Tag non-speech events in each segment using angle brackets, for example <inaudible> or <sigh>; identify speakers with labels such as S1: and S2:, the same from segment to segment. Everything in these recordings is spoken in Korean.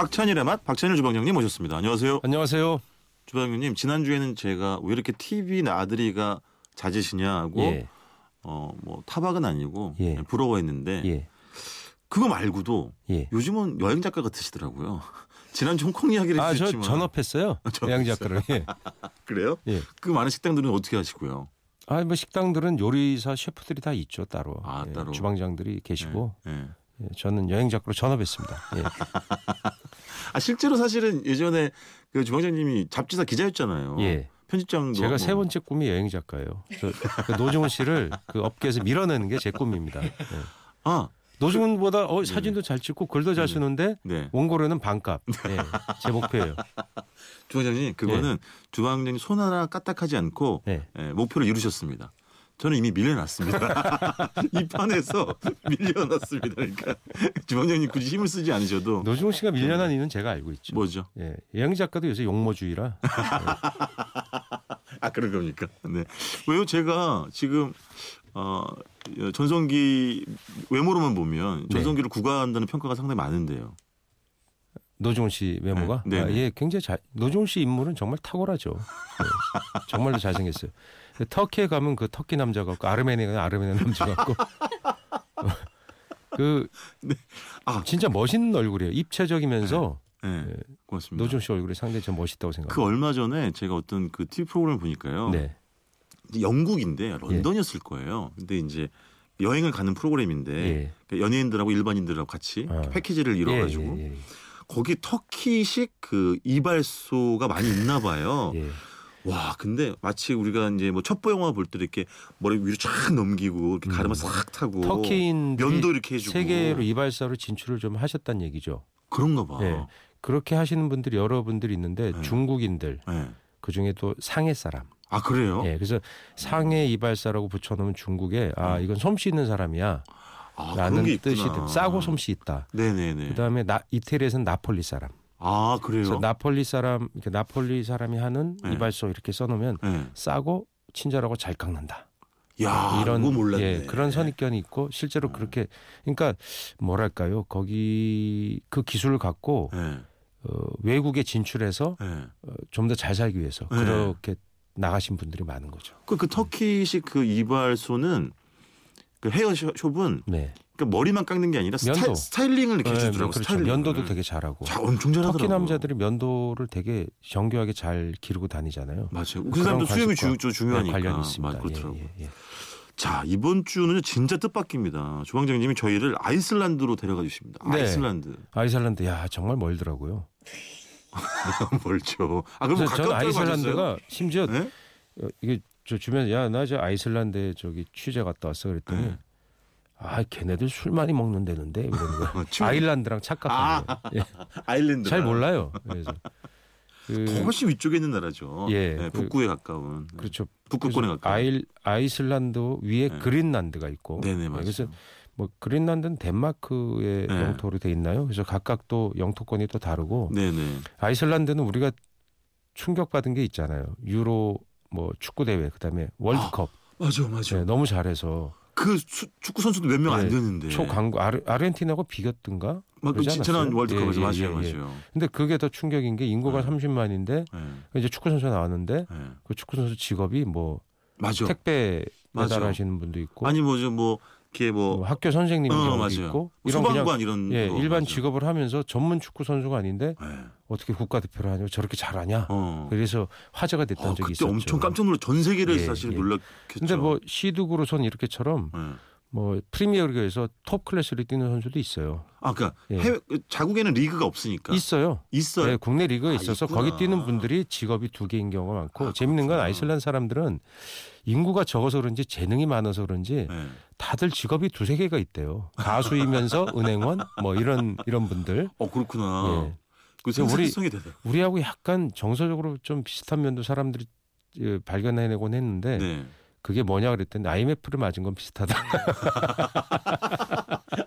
S1: 박찬일의 맛 박찬일 주방장님 모셨습니다. 안녕하세요.
S2: 아, 안녕하세요. 어?
S1: 주방장님 지난주에는 제가 왜 이렇게 TV 나들이가 잦으시냐고
S2: 예,
S1: 어 뭐 타박은 아니고
S2: 예.
S1: 부러워했는데
S2: 예,
S1: 그거 말고도
S2: 예.
S1: 요즘은 여행 작가 같으시더라고요. <laughs> 지난주 홍콩 이야기를
S2: 아, 저
S1: 해주셨지만
S2: 전업했어요.
S1: 전업했어요.
S2: 양작가를 예.
S1: 그래요?
S2: 예.
S1: 그 많은 식당들은 어떻게 하시고요?
S2: 아, 뭐 식당들은 요리사 셰프들이 다 있죠, 따로.
S1: 아,
S2: 예,
S1: 따로.
S2: 주방장들이 계시고.
S1: 예.
S2: 예, 저는 여행작가로 전업했습니다. 예.
S1: 아 실제로 사실은 예전에 그 주방장님이 잡지사 기자였잖아요.
S2: 예.
S1: 편집장도 뭐.
S2: 제가
S1: 하고.
S2: 세 번째 꿈이 여행 작가예요. 저, 그 노중훈 씨를 그 업계에서 밀어내는 게 제 꿈입니다. 예.
S1: 아
S2: 노중훈보다 어, 사진도 잘 찍고 글도 잘 쓰는데
S1: 네.
S2: 원고료는 반값.
S1: <laughs>
S2: 예, 제 목표예요.
S1: 주방장님 그거는
S2: 예.
S1: 주방장님 손 하나 까딱하지 않고
S2: 네.
S1: 예, 목표를 이루셨습니다. 저는 이미 밀려났습니다. <laughs> 이 판에서 <laughs> 밀려났습니다. 그러니까 주방장님 굳이 힘을 쓰지 않으셔도
S2: 노중훈 씨가 밀려난 이유는 제가 알고 있죠.
S1: 네. 뭐죠?
S2: 예, 여행 작가도 요새 용모주의라
S1: 아 그런 겁니까? 네. 왜요? 제가 지금 어, 전성기 외모로만 보면
S2: 네.
S1: 전성기를 구가한다는 평가가 상당히 많은데요.
S2: 노종훈 씨 외모가
S1: 네, 네,
S2: 아,
S1: 네.
S2: 예 굉장히 잘 노종훈 씨 인물은 정말 탁월하죠. 예, 정말로 잘생겼어요. 근데 터키에 가면 그 터키 남자 같고 아르메니아 가면 아르메니아 남자 같고
S1: <laughs>
S2: 그
S1: 아.
S2: 진짜 멋있는 얼굴이에요. 입체적이면서
S1: 네.
S2: 예,
S1: 고맙습니다.
S2: 노종훈 씨 얼굴이 상당히 좀 멋있다고
S1: 그
S2: 생각합니다.
S1: 얼마 전에 제가 어떤 그 TV 프로그램을 보니까요.
S2: 네,
S1: 영국인데 런던이었을 거예요. 근데 이제 여행을 가는 프로그램인데
S2: 예.
S1: 그러니까 연예인들하고 일반인들하고 같이
S2: 아.
S1: 패키지를 이뤄가지고
S2: 예, 예,
S1: 거기 터키식 그 이발소가 많이 있나 봐요.
S2: <laughs> 예, 예.
S1: 와, 근데 마치 우리가 이제 뭐 첩보 영화 볼 때 이렇게 머리 위로 쫙 넘기고 이렇게
S2: 음.
S1: 가르마 싹 타고
S2: 터키인
S1: 면도 이렇게 해주고
S2: 세계로 이발사로 진출을 좀 하셨다는 얘기죠.
S1: 그런가 봐.
S2: 예. 그렇게 하시는 분들이 여러분들이 있는데
S1: 네.
S2: 중국인들
S1: 예.
S2: 그 중에 또 상해 사람.
S1: 아 그래요?
S2: 예, 그래서 상해 이발사라고 붙여놓으면 중국에 아 이건 솜씨 있는 사람이야라는
S1: 음. 아 그런 게
S2: 뜻이
S1: 있구나. 예.
S2: 싸고 솜씨 있다.
S1: 네네네.
S2: 그다음에 나, 이태리에서는 나폴리 사람.
S1: 아
S2: 그래서
S1: 그래요?
S2: 나폴리 사람 이렇게 나폴리 사람이 하는
S1: 네.
S2: 이발소 이렇게 써놓으면
S1: 예.
S2: 싸고 친절하고 잘 깎는다.
S1: 야, 이런 거 아, 몰랐네. 아.
S2: 예, 그런 선입견이 있고 실제로 그렇게 그러니까 뭐랄까요 거기 그 기술을 갖고
S1: 예.
S2: 어, 외국에 진출해서
S1: 예.
S2: 어, 좀 더 잘 살기 위해서
S1: 네.
S2: 그렇게 나가신 분들이 많은 거죠.
S1: 그, 그 터키식 그 이발소는 그 헤어숍은
S2: 네.
S1: 그 머리만 깎는 게 아니라 스타,
S2: 면도.
S1: 스타일링을 이렇게
S2: 네,
S1: 해주더라고요.
S2: 그렇죠.
S1: 스타일링을.
S2: 면도도 되게 잘하고.
S1: 자, 엄청 잘하더라고요.
S2: 터키 남자들이 면도를 되게 정교하게 잘 기르고 다니잖아요.
S1: 맞아요. 그
S2: 그런
S1: 사람도 수염이 주,
S2: 관습과 네,
S1: 저 중요하니까.
S2: 관련이 있습니다.
S1: 맞, 그렇더라고요.
S2: 예, 예, 예.
S1: 자, 이번 주는 진짜 뜻밖입니다. 주방장님이 저희를 아이슬란드로 데려가 주십니다.
S2: 네.
S1: 아이슬란드. <laughs>
S2: 아이슬란드 야 정말 멀더라고요.
S1: 멀죠. 아, 그럼
S2: 그래서 저는
S1: 가깝다고 하셨어요?
S2: 아이슬란드가 심지어
S1: 네?
S2: 어, 이게 저 주변 에 야 나 저 아이슬란드에 저기 취재 갔다 왔어 그랬더니
S1: 네.
S2: 아 걔네들 술 많이 먹는다는데 이러는
S1: <laughs>
S2: 거야.
S1: 어, 침-
S2: 아일란드랑 착각하는 거예요.
S1: <laughs>
S2: 예,
S1: 아일랜드.
S2: 잘 몰라요. 그래서 그,
S1: 훨씬 위쪽에 있는 나라죠.
S2: 예,
S1: 네,
S2: 그-
S1: 북구에 가까운. 네.
S2: 그렇죠.
S1: 북극권에
S2: 그래서
S1: 가까운.
S2: 아일 아이슬란드 위에
S1: 네.
S2: 그린란드가 있고.
S1: 네네,
S2: 예,
S1: 맞아요.
S2: 그래서 뭐 그린란드는 덴마크의
S1: 네.
S2: 영토로 돼 있나요? 그래서 각각 또 영토권이 또 다르고
S1: 네네.
S2: 아이슬란드는 우리가 충격받은 게 있잖아요. 유로 뭐 축구 대회 그다음에 월드컵
S1: 맞아, 그렇죠. 맞아.
S2: 예, 너무 잘해서
S1: 그 수- 축구 선수도 몇 명 안
S2: 네,
S1: 되는데.
S2: 초강국 아르, 아르헨티나하고 비겼던가.
S1: 막
S2: 그러지
S1: 지난
S2: 않았어요?
S1: 월드컵에서
S2: 예, 예,
S1: 맞아요,
S2: 예, 예.
S1: 맞아요.
S2: 근데 그게 더 충격인 게 인구가
S1: 네.
S2: 30만인데
S1: 예,
S2: 이제 축구 선수 가 나왔는데
S1: 예.
S2: 그 축구 선수 직업이 뭐
S1: 맞아.
S2: 택배
S1: 맞아.
S2: 배달하시는 분도 있고
S1: 아니 뭐죠, 뭐 이게
S2: 뭐
S1: 뭐
S2: 학교 선생님인
S1: 어,
S2: 경우도
S1: 맞아요.
S2: 있고
S1: 소방관 이런
S2: 예,
S1: 거
S2: 일반
S1: 맞아.
S2: 직업을 하면서 전문 축구 선수가 아닌데
S1: 예.
S2: 어떻게 국가대표를 하냐 저렇게 잘하냐
S1: 어.
S2: 그래서 화제가 됐던
S1: 어,
S2: 적이
S1: 그때
S2: 있었죠.
S1: 엄청 깜짝 놀라 전 세계를
S2: 예,
S1: 사실
S2: 예.
S1: 놀랐겠죠.
S2: 근데 뭐 시드구로선 이렇게처럼
S1: 예.
S2: 뭐 프리미어리그에서 톱 클래스를 뛰는 선수도 있어요.
S1: 아, 그러니까
S2: 예.
S1: 해외 자국에는 리그가 없으니까
S2: 있어요.
S1: 그러니까 있어요.
S2: 네, 국내 리그에
S1: 아,
S2: 있어서
S1: 있구나.
S2: 거기 뛰는 분들이 직업이 두 개인 경우가 많고
S1: 아,
S2: 재밌는 건
S1: 그렇구나.
S2: 아이슬란드 사람들은 인구가 적어서 그런지 재능이 많아서 그런지
S1: 예.
S2: 다들 직업이 두세 개가 있대요.
S1: <laughs>
S2: 가수이면서 은행원 뭐 이런 이런 분들.
S1: 어 그렇구나.
S2: 예.
S1: 그
S2: 근데 우리-
S1: 생산성이 되다.
S2: 우리하고 약간 정서적으로 좀 비슷한 면도 사람들이 예, 발견해내곤 했는데
S1: 네.
S2: 그게 뭐냐 그랬더니 IMF를 맞은 건 비슷하다.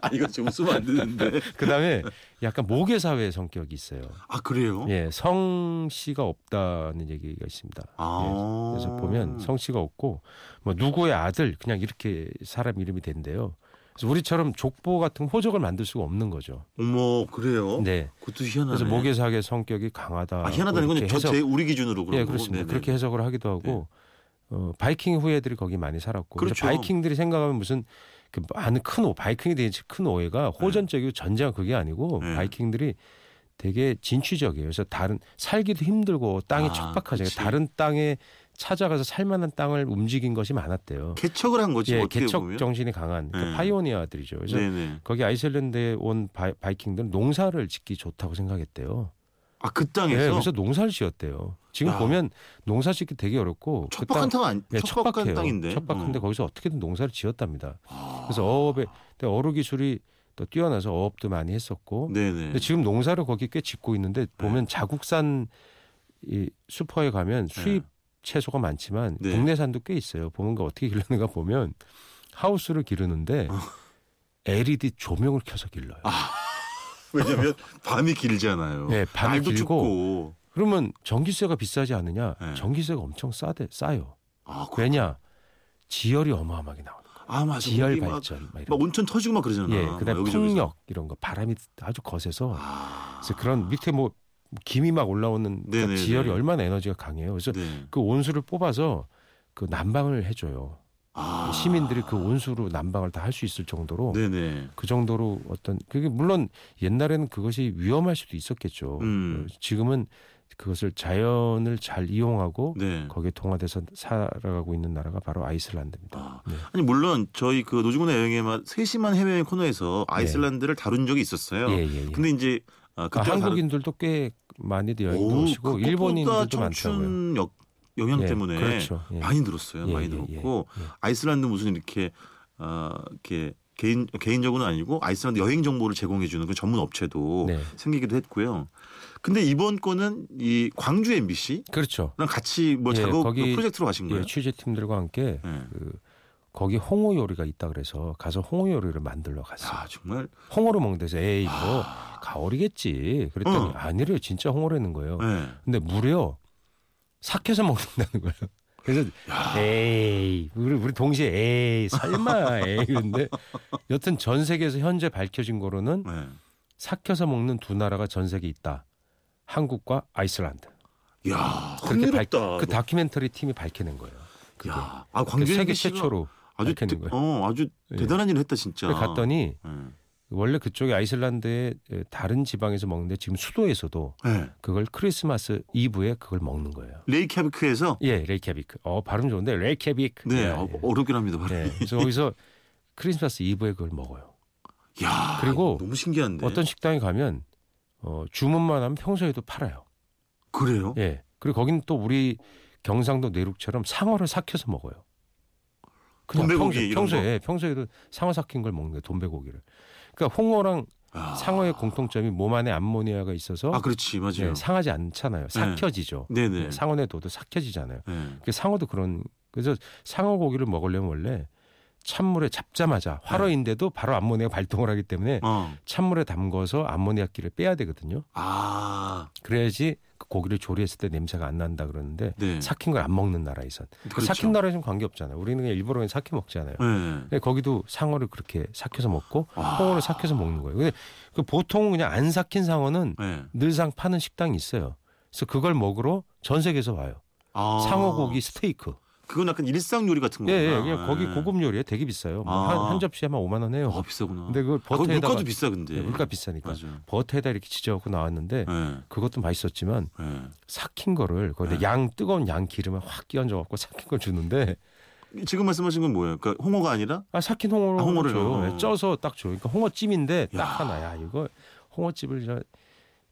S1: 아 이거 지금 웃으면 안 되는데.
S2: 그다음에 약간 모계 사회의 성격이 있어요.
S1: 아 그래요?
S2: 예, 성씨가 없다는 얘기가 있습니다.
S1: 아.
S2: 예, 그래서 보면 성씨가 없고 뭐 누구의 아들 그냥 이렇게 사람 이름이 된대요. 그래서 우리처럼 족보 같은 호적을 만들 수가 없는 거죠.
S1: 어머 그래요?
S2: 네.
S1: 그것도 희한하네.
S2: 그래서 모계사학의 성격이 강하다. 뭐
S1: 아 희한하다는
S2: 이렇게 해석-
S1: 건저제 우리 기준으로 그런
S2: 예,
S1: 거고.
S2: 그렇습니다.
S1: 네네. 네.
S2: 그렇게 해석을 하기도 하고 어, 바이킹 후예들이 거기 많이 살았고 근데
S1: 그렇죠.
S2: 바이킹들이 생각하면 무슨 그 많은 큰 오, 바이킹에 대한 큰 오해가 호전적이고 전쟁 그게 아니고
S1: 네.
S2: 바이킹들이 되게 진취적이에요. 그래서 다른 살기도 힘들고 땅이
S1: 아,
S2: 척박하죠.
S1: 그치.
S2: 다른 땅에 찾아가서 살만한 땅을 움직인 것이 많았대요.
S1: 개척을 한 거지
S2: 예,
S1: 어떻게
S2: 개척
S1: 보면.
S2: 정신이 강한 그
S1: 네.
S2: 파이오니아들이죠. 그래서
S1: 네네.
S2: 거기 아이슬란드에 온 바, 이킹들은 농사를 짓기 좋다고 생각했대요.
S1: 아 그
S2: 예,
S1: 땅에서
S2: 그래서 농사를 지었대요. 지금
S1: 야.
S2: 보면 농사 짓기 되게 어렵고 그
S1: 척박한
S2: 땅-
S1: 땅 아니
S2: 예,
S1: 척박한
S2: 척박해요.
S1: 땅인데.
S2: 척박한데
S1: 어.
S2: 거기서 어떻게든 농사를 지었답니다.
S1: 아.
S2: 그래서 어업에 근데 어루 기술이 또 뛰어나서 어업도 많이 했었고
S1: 네네. 네.
S2: 근데 지금 농사를 거기 꽤 짓고 있는데 보면 자국산 이 슈퍼에 가면 수입 채소가 많지만
S1: 네.
S2: 국내산도 꽤 있어요. 보면 그 어떻게 기르는가 보면 하우스를 기르는데
S1: 어.
S2: LED 조명을 켜서 길러요.
S1: 왜냐면 밤이 길잖아요.
S2: 네, 밤이
S1: 날도
S2: 길고.
S1: 춥고.
S2: 그러면 전기세가 비싸지 않느냐?
S1: 네.
S2: 전기세가 엄청 싸대 싸요.
S1: 아, 그,
S2: 왜냐? 지열이 어마어마하게 나와요.
S1: 아 맞아.
S2: 지열
S1: 거기 막,
S2: 발전 막 이런
S1: 막 온천 터지고 막 그러잖아.
S2: 예,
S1: 막
S2: 그다음 에
S1: 어, 뭐 여기저기서.
S2: 폭력 이런 거 바람이 아주 거세서
S1: 아.
S2: 그래서 그런 밑에 뭐 김이 막 올라오는 그
S1: 네네네.
S2: 지열이 얼마나 에너지가 강해요. 그래서
S1: 네.
S2: 그 온수를 뽑아서 그 난방을 해줘요.
S1: 아.
S2: 시민들이 그 온수로 난방을 다 할 수 있을 정도로
S1: 네네.
S2: 그 정도로 어떤 그게 물론 옛날에는 그것이 위험할 수도 있었겠죠.
S1: 음.
S2: 지금은 그것을 자연을 잘 이용하고
S1: 네.
S2: 거기에 동화돼서 살아가고 있는 나라가 바로 아이슬란드입니다.
S1: 아.
S2: 네.
S1: 아니 물론 저희 그 노중훈의 여행의 맛 세심한 해외여행 코너에서 아이슬란드를 다룬 적이 있었어요.
S2: 예, 예, 예.
S1: 근데 이제 아,
S2: 아,
S1: 그때
S2: 한국인들도 꽤 많이 여행
S1: 오,
S2: 오시고
S1: 그것보다
S2: 일본인들도 많더라고요.
S1: 청춘 역, 영향
S2: 예,
S1: 때문에
S2: 그렇죠. 예.
S1: 많이 늘었어요.
S2: 예,
S1: 많이
S2: 예,
S1: 늘었고
S2: 예, 예.
S1: 아이슬란드 무슨 이렇게 아 이렇게 개인 개인적으로는 아니고 아이슬란드 여행 정보를 제공해 주는 그 전문 업체도
S2: 네.
S1: 생기기도 했고요. 근데 이번 거는 이 광주 MBC랑
S2: 그렇죠.
S1: 같이 뭐
S2: 예,
S1: 작업
S2: 거기-
S1: 프로젝트로 가신
S2: 예,
S1: 거예요.
S2: 취재팀들과 함께
S1: 예.
S2: 그 거기 홍어 요리가 있다 그래서 가서 홍어 요리를 만들러 갔어요.
S1: 아 정말
S2: 홍어로 먹는데서 에이 뭐
S1: 아,
S2: 가오리겠지. 그랬더니
S1: 어.
S2: 아니래요. 진짜 홍어라는 거예요.
S1: 예.
S2: 근데 무려 삭혀서 <laughs> 먹는다는 거예요. 그래서
S1: 야.
S2: 에이 우리 우리 동시에 에이 설마 에이 근데 여튼 전 세계에서 현재 밝혀진 거로는
S1: 예.
S2: 삭혀서 먹는 두 나라가 전 세계에 있다. 한국과 아이슬란드.
S1: 야,
S2: 그렇게 밝-
S1: 흥미롭다.
S2: 그 다큐멘터리 팀이 밝혀낸 거예요. 그게.
S1: 야, 아
S2: 그
S1: 광주
S2: 세계
S1: MBC 가
S2: 최초로
S1: 아주
S2: 밝혀낸
S1: 대-
S2: 거예요.
S1: 어, 아주
S2: 예.
S1: 대단한 일을 했다 진짜.
S2: 갔더니
S1: 예.
S2: 원래 그쪽에 아이슬란드의 다른 지방에서 먹는데 지금 수도에서도
S1: 예.
S2: 그걸 크리스마스 이브에 그걸 먹는 거예요.
S1: 레이캬비크에서
S2: 예, 레이캬비크. 어 발음 좋은데 레이캬비크.
S1: 네
S2: 예,
S1: 어,
S2: 예.
S1: 어렵긴 합니다. 발음이.
S2: 네, 그래서 거기서 크리스마스 이브에 그걸 먹어요.
S1: 야,
S2: 그리고
S1: 너무 신기한데.
S2: 어떤 식당에 가면 어, 주문만 하면 평소에도 팔아요.
S1: 그래요?
S2: 예. 그리고 거기는 또 우리 경상도 내륙처럼 상어를 삭혀서 먹어요.
S1: 돈베고기 이런
S2: 평소, 에 평소에도 상어 삭힌 걸 먹는 거예요. 돈베고기를. 그러니까 홍어랑
S1: 아.
S2: 상어의 공통점이 몸 안에 암모니아가 있어서
S1: 아, 그렇지 맞아요.
S2: 예, 상하지 않잖아요. 삭혀지죠.
S1: 네,
S2: 예,
S1: 네.
S2: 상어의 도도 삭혀지잖아요.
S1: 예.
S2: 그 상어도 그런 그래서 상어 고기를 먹으려면 원래 찬물에 잡자마자 활어인데도 바로 암모니아 가 발동을 하기 때문에
S1: 어.
S2: 찬물에 담궈서 암모니아 기를 빼야 되거든요.
S1: 아,
S2: 그래야지 그 고기를 조리했을 때 냄새가 안 난다 그러는데
S1: 네.
S2: 삭힌 걸 안 먹는 나라에선
S1: 그렇죠.
S2: 삭힌 나라에선 관계 없잖아요. 우리는 그냥 일부러 그냥 삭혀 먹잖아요.
S1: 예.
S2: 근데 거기도 상어를 그렇게 삭혀서 먹고
S1: 아.
S2: 홍어를 삭혀서 먹는 거예요. 근데 그 보통 그냥 안 삭힌 상어는
S1: 예.
S2: 늘상 파는 식당이 있어요. 그래서 그걸 먹으러 전 세계에서 와요.
S1: 아.
S2: 상어 고기 스테이크.
S1: 그건 약간 일상 요리 같은
S2: 예,
S1: 거구나.
S2: 예, 그냥 거기 고급 요리에 되게 비싸요. 뭐
S1: 아.
S2: 한, 한 접시에 한 5만 원 해요.
S1: 아, 비싸구나.
S2: 근데 그걸
S1: 그거
S2: 버터에다가
S1: 물가도 비싸 근데.
S2: 네, 물가 비싸니까 네.
S1: 맞아.
S2: 버터에다 이렇게 지져갖고 나왔는데
S1: 예.
S2: 그것도 맛있었지만
S1: 예.
S2: 삭힌 거를 거기다
S1: 네.
S2: 양 뜨거운 양 기름에 확 끼얹어갖고 삭힌 걸 주는데
S1: 네. 지금 말씀하신 건 뭐예요? 그러니까 홍어가 아니라
S2: 아 삭힌 홍어를,
S1: 아, 홍어를
S2: 줘요.
S1: 어.
S2: 네, 쪄서 딱 줘. 그러니까 홍어찜인데 딱
S1: 야.
S2: 하나야. 이거 홍어찜을 저,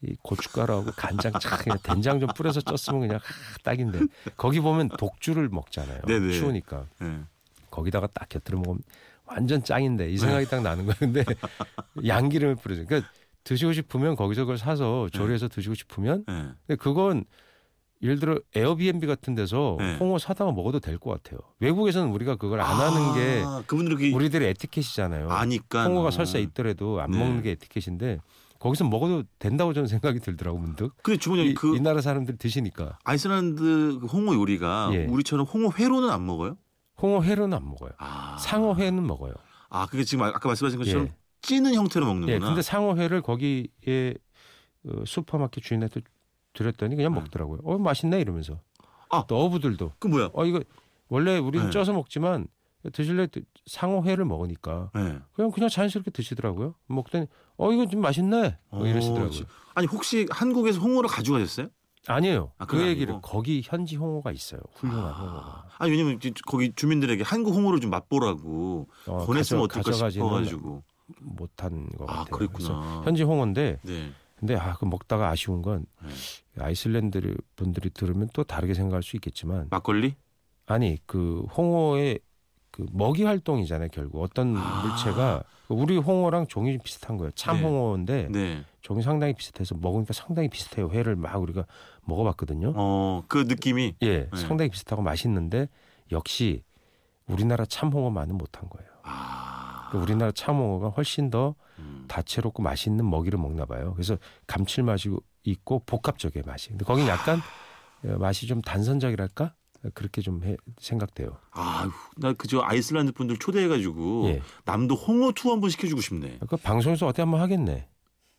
S2: 이 고춧가루하고 간장 착 그냥 된장 좀 뿌려서 쪘으면 그냥 하, 딱인데 거기 보면 독주를 먹잖아요.
S1: 네네.
S2: 추우니까
S1: 예.
S2: 거기다가 딱 곁들여 먹으면 완전 짱인데 이 생각이 딱
S1: <laughs>
S2: 나는 거는데 양기름을 뿌려줘. 그러니까 드시고 싶으면 거기서 그걸 사서
S1: 네.
S2: 조리해서 드시고 싶으면
S1: 예.
S2: 근데 그건 예를 들어 에어비앤비 같은 데서
S1: 네.
S2: 홍어 사다가 먹어도 될 것 같아요. 외국에서는 우리가 그걸 안
S1: 아,
S2: 하는 게
S1: 그분들이 그렇게
S2: 우리들의 에티켓이잖아요.
S1: 아니까
S2: 홍어가
S1: 어.
S2: 설사 있더라도 안
S1: 네.
S2: 먹는 게 에티켓인데 거기서 먹어도 된다고 저는 생각이 들더라고 문득.
S1: 근데 주문이
S2: 이,
S1: 그
S2: 이 나라 사람들 이 드시니까
S1: 아이슬란드 그 홍어 요리가
S2: 예.
S1: 우리처럼 홍어 회로는 안 먹어요?
S2: 홍어 회로는 안 먹어요.
S1: 아.
S2: 상어 회는 먹어요.
S1: 아 그게 지금 아- 아까 말씀하신 것처럼
S2: 예.
S1: 찌는 형태로 먹는구나.
S2: 예, 근데 상어회를 거기에 어, 슈퍼마켓 주인한테 드렸더니 그냥
S1: 네.
S2: 먹더라고요. 어 맛있네 이러면서.
S1: 아.
S2: 또 어부들도
S1: 그 뭐야?
S2: 어 이거 원래 우리는
S1: 네.
S2: 쪄서 먹지만 드실래 드- 상어회를 먹으니까
S1: 예.
S2: 그냥 그냥 자연스럽게 드시더라고요. 먹더니 어 이거 좀 맛있네 뭐
S1: 오,
S2: 이러시더라고요.
S1: 어, 지- 아니 혹시 한국에서 홍어를 가져가셨어요?
S2: 아니에요.
S1: 아, 그건
S2: 그 얘기를
S1: 아니고.
S2: 거기 현지 홍어가 있어요. 훌륭한 홍어가.
S1: 아, 아니 왜냐면 이제 거기 주민들에게 한국 홍어를 좀 맛보라고
S2: 어,
S1: 권했으면
S2: 가져-
S1: 어떨까
S2: 가져가지는
S1: 싶어가지고.
S2: 못한 것 같아요.
S1: 아 그랬구나.
S2: 그래서 현지 홍어인데
S1: 네.
S2: 근데 아 그 먹다가 아쉬운 건
S1: 네.
S2: 아이슬란드 분들이 들으면 또 다르게 생각할 수 있겠지만
S1: 막걸리?
S2: 아니 그 홍어의 그 먹이 활동이잖아요 결국 어떤
S1: 아.
S2: 물체가 우리 홍어랑 종이 좀 비슷한 거예요 참
S1: 네.
S2: 홍어인데
S1: 네.
S2: 종이 상당히 비슷해서 먹으니까 상당히 비슷해요 회를 막 우리가 먹어봤거든요
S1: 어, 그 느낌이
S2: 예
S1: 네.
S2: 상당히 비슷하고 맛있는데 역시 우리나라 참 홍어만은 못한 거예요
S1: 아.
S2: 그 우리나라 참 홍어가 훨씬 더
S1: 음.
S2: 다채롭고 맛있는 먹이를 먹나 봐요. 그래서 감칠맛이 있고 복합적의 맛이. 근데 거긴 약간
S1: 아.
S2: 어, 맛이 좀 단선적이랄까? 그렇게 좀 해- 생각돼요.
S1: 아, 나 그저 아이슬란드 분들 초대해가지고
S2: 예.
S1: 남도 홍어 투어 한번 시켜주고 싶네.
S2: 그 방송에서 어디 한번 하겠네.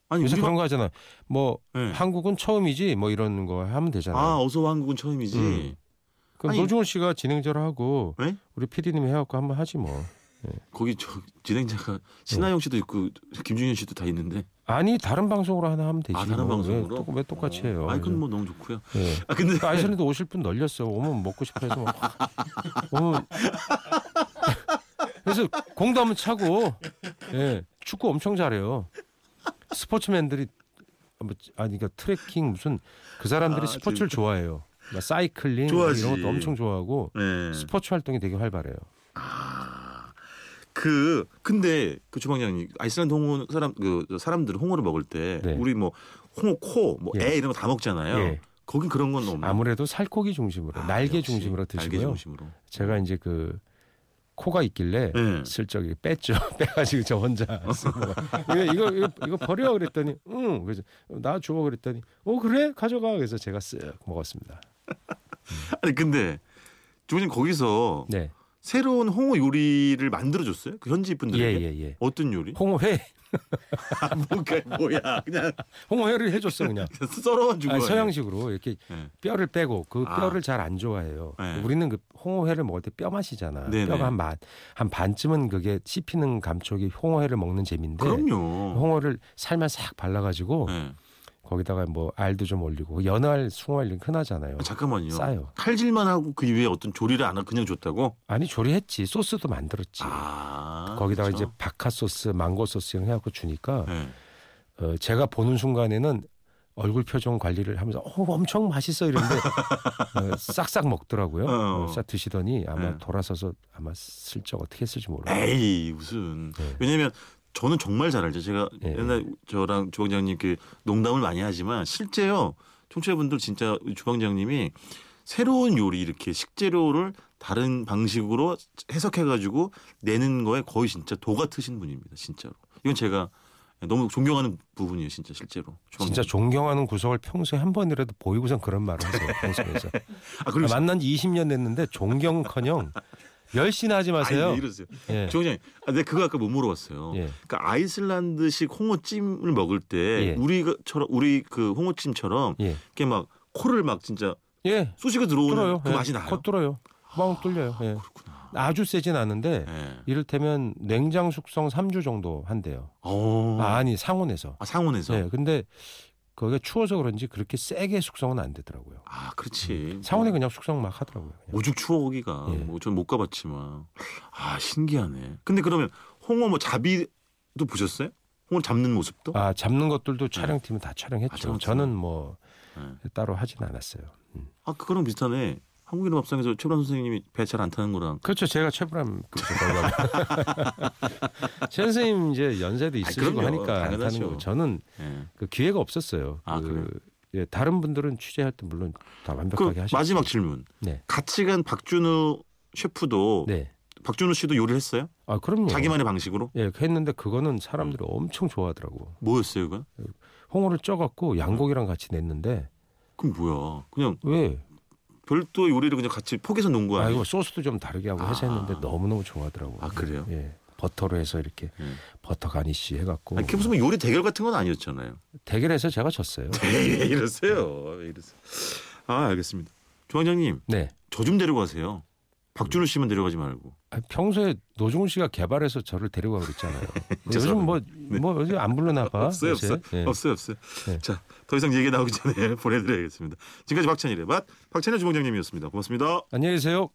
S1: 아니
S2: 요새
S1: 우리가
S2: 그런 거 하잖아. 뭐
S1: 네.
S2: 한국은 처음이지 뭐 이런 거 하면 되잖아요.
S1: 아 어서와 한국은 처음이지.
S2: 음. 그럼
S1: 아니-
S2: 노중훈 씨가 진행자로 하고
S1: 네?
S2: 우리 PD님이 해갖고 한번 하지 뭐.
S1: 거기 저 진행자가 신하영 씨도 있고 김중현 씨도 다 있는데.
S2: 아니 다른 방송으로 하나 하면 되지.
S1: 아 다른
S2: 뭐.
S1: 방송으로.
S2: 왜, 똑- 왜 똑같이
S1: 어.
S2: 해요?
S1: 아니 그건 뭐 너무 좋고요.
S2: 예.
S1: 아 근데
S2: 그 아이슬란드 오실 분 널렸어. 오면 먹고 싶어 해서. 오면. 그래서 공도 한번 차고, 예, 축구 엄청 잘해요. 스포츠맨들이, 뭐, 아니, 그러니까 트레킹 무슨, 그 사람들이
S1: 아,
S2: 스포츠를 좋아해요. 막 사이클링 뭐
S1: 좋아하지.
S2: 이런 것도 엄청
S1: <laughs>
S2: 좋아하고,
S1: 네.
S2: 스포츠 활동이 되게 활발해요.
S1: 그 근데 그 주방장님 아이슬란드 홍어 사람 그 사람들 홍어를 먹을 때
S2: 네.
S1: 우리 뭐 홍어 코 뭐 애
S2: 예.
S1: 이런 거 다 먹잖아요.
S2: 예.
S1: 거긴 그런 건 없나?
S2: 아무래도 살코기 중심으로,
S1: 아,
S2: 날개
S1: 역시
S2: 중심으로
S1: 날개
S2: 드시고요.
S1: 중심으로.
S2: 제가 이제 그, 코가 있길래,
S1: 예.
S2: 슬쩍 이거 뺐죠. <laughs> 빼가지고 저 혼자 쓰고 이거, 이거 이거 이거 버려 그랬더니 응 그래서 나 줘 그랬더니 어 그래 가져가 그래서 제가 쓱 먹었습니다.
S1: <laughs> 아니 근데 주방장님 거기서
S2: 네.
S1: 새로운 홍어 요리를 만들어 줬어요? 그 현지 분들에게
S2: 예예 예, 예.
S1: 어떤 요리?
S2: 홍어회
S1: 아, 뭔가 뭐야 그냥 <laughs>
S2: 홍어회를 해줬어 그냥.
S1: 썰어만 준
S2: 아니,
S1: 거예요.
S2: 서양식으로 이렇게
S1: 네.
S2: 뼈를 빼고 그
S1: 아.
S2: 뼈를 잘 안 좋아해요.
S1: 네.
S2: 우리는 그 홍어회를 먹을 때 뼈 맛이잖아.
S1: 네네.
S2: 뼈가 한반한 반쯤은 그게 씹히는 감촉이 홍어회를 먹는 재미인데
S1: 그럼요.
S2: 홍어를 살만 싹 발라가지고
S1: 네.
S2: 거기다가 뭐 알도 좀 올리고 연어알, 숭어알 이런 거 흔하잖아요.
S1: 아, 잠깐만요.
S2: 싸요.
S1: 칼질만 하고 그 위에 어떤 조리를 안 하고 그냥 줬다고?
S2: 아니 조리했지 소스도 만들었지
S1: 아
S2: 거기다가
S1: 그렇죠.
S2: 이제 바카 소스 망고 소스 이런 거 해갖고 주니까
S1: 네.
S2: 어, 제가 보는 순간에는 얼굴 표정 관리를 하면서 어, 엄청 맛있어 이러는데 어, 싹싹 먹더라고요
S1: 어.
S2: 어, 싹 드시더니 아마
S1: 네.
S2: 돌아서서 아마 슬쩍 어떻게 했을지 모르겠어요
S1: 에이 무슨
S2: 네.
S1: 왜냐면 저는 정말 잘 알죠. 제가
S2: 예.
S1: 옛날 저랑 주방장님 그 농담을 많이 하지만 실제요 청취자분들 진짜 주방장님이 새로운 요리 이렇게 식재료를 다른 방식으로 해석해 가지고 내는 거에 거의 진짜 도 같으신 분입니다. 진짜로 이건 제가 너무 존경하는 부분이에요. 진짜 실제로 주방장님.
S2: 진짜 존경하는 구석을 평소에 한 번이라도 보이고선 그런 말을 하세요 평소에서
S1: 아 네. <laughs> 그리고
S2: 만난 지 20년 됐는데 존경커녕 열심히 하지 마세요
S1: 아니 왜 이러세요.
S2: 예.
S1: 주방장님 아, 내가 그거 아까 못 물어봤어요.
S2: 예.
S1: 그러니까 아이슬란드식 홍어찜을 먹을 때
S2: 예.
S1: 우리처럼 우리 그 홍어찜처럼
S2: 예.
S1: 이렇게 막 코를 막 진짜
S2: 예.
S1: 쑤시고 들어오는
S2: 뚫어요.
S1: 그
S2: 예.
S1: 맛이 나요.
S2: 콧 뚫어요. 뻥 뚫려요. 예. 아주 세진 않은데
S1: 예.
S2: 이를테면 냉장 숙성 3주 정도 한대요.
S1: 어.
S2: 아,
S1: 아,
S2: 아니 상온에서.
S1: 상온에서.
S2: 네, 근데 거기가 추워서 그런지 그렇게 세게 숙성은 안 되더라고요.
S1: 아 그렇지.
S2: 음.
S1: 뭐
S2: 상온에 그냥 숙성 막 하더라고요. 그냥.
S1: 오죽 추워 거기가.
S2: 예.
S1: 뭐 전 못 가봤지만 아 신기하네. 근데 그러면 홍어 뭐 잡이도 보셨어요? 홍어 잡는 모습도?
S2: 아 잡는 것들도 촬영팀은 다
S1: 아,
S2: 촬영했죠.
S1: 촬영팀.
S2: 저는 뭐
S1: 예.
S2: 따로 하진 않았어요.
S1: 아 그거랑 비슷하네. 한국인 밥상에서 최불안 선생님이 배 잘 안 타는 거랑.
S2: 그렇죠. 제가 최불암 <laughs> 최 선생님 <laughs> 이제 연세도 있으시고
S1: 그럼요.
S2: 하니까 안 하는
S1: 당연하죠.
S2: 거고 저는
S1: 예.
S2: 그 기회가 없었어요.
S1: 아, 그래요?
S2: 예, 다른 분들은 취재할 때 물론 다
S1: 그
S2: 완벽하게 하셨죠.
S1: 마지막 질문.
S2: 네.
S1: 같이 간 박준우 셰프도
S2: 네.
S1: 박준우 씨도 요리를 했어요?
S2: 아, 그럼요.
S1: 자기만의 방식으로?
S2: 예, 했는데 그거는 사람들이 엄청 좋아하더라고.
S1: 뭐였어요, 그건?
S2: 홍어를 쪄갖고 양고기랑 같이 냈는데
S1: 그럼 뭐야? 그냥
S2: 왜?
S1: 별도 요리를 그냥 같이 포개서 놓은 거야?
S2: 아, 이거 소스도 좀 다르게 하고 해서
S1: 뭐 아.
S2: 했는데 너무너무 좋아하더라고.
S1: 아, 그래요?
S2: 예. 버터로 해서 이렇게
S1: 음.
S2: 버터 가니쉬 해갖고
S1: 아니, 그게 무슨 뭐 요리 대결 같은 건 아니었잖아요. <laughs>
S2: 대결해서 제가 졌어요.
S1: 에이, 이러세요. 왜 이러세요. 아, 알겠습니다. 조원장님,
S2: 네.
S1: 저 좀 데려가세요. 박준우 씨만 데려가지 말고.
S2: 아, 평소에 노종훈 씨가 개발해서 저를
S1: <laughs>
S2: 데려가고 그랬잖아요. 요즘 뭐, 뭐, 요즘 안 불러나 봐.
S1: 네. 없어요,
S2: 요새.
S1: 없어요.
S2: 예.
S1: 없어요, 없어요.
S2: 네.
S1: 자, 더 이상 <laughs> 얘기 나오기 전에 보내드려야겠습니다. 지금까지 박찬일의 맛, 박찬일 주방장님이었습니다. 고맙습니다.
S2: 안녕히 계세요.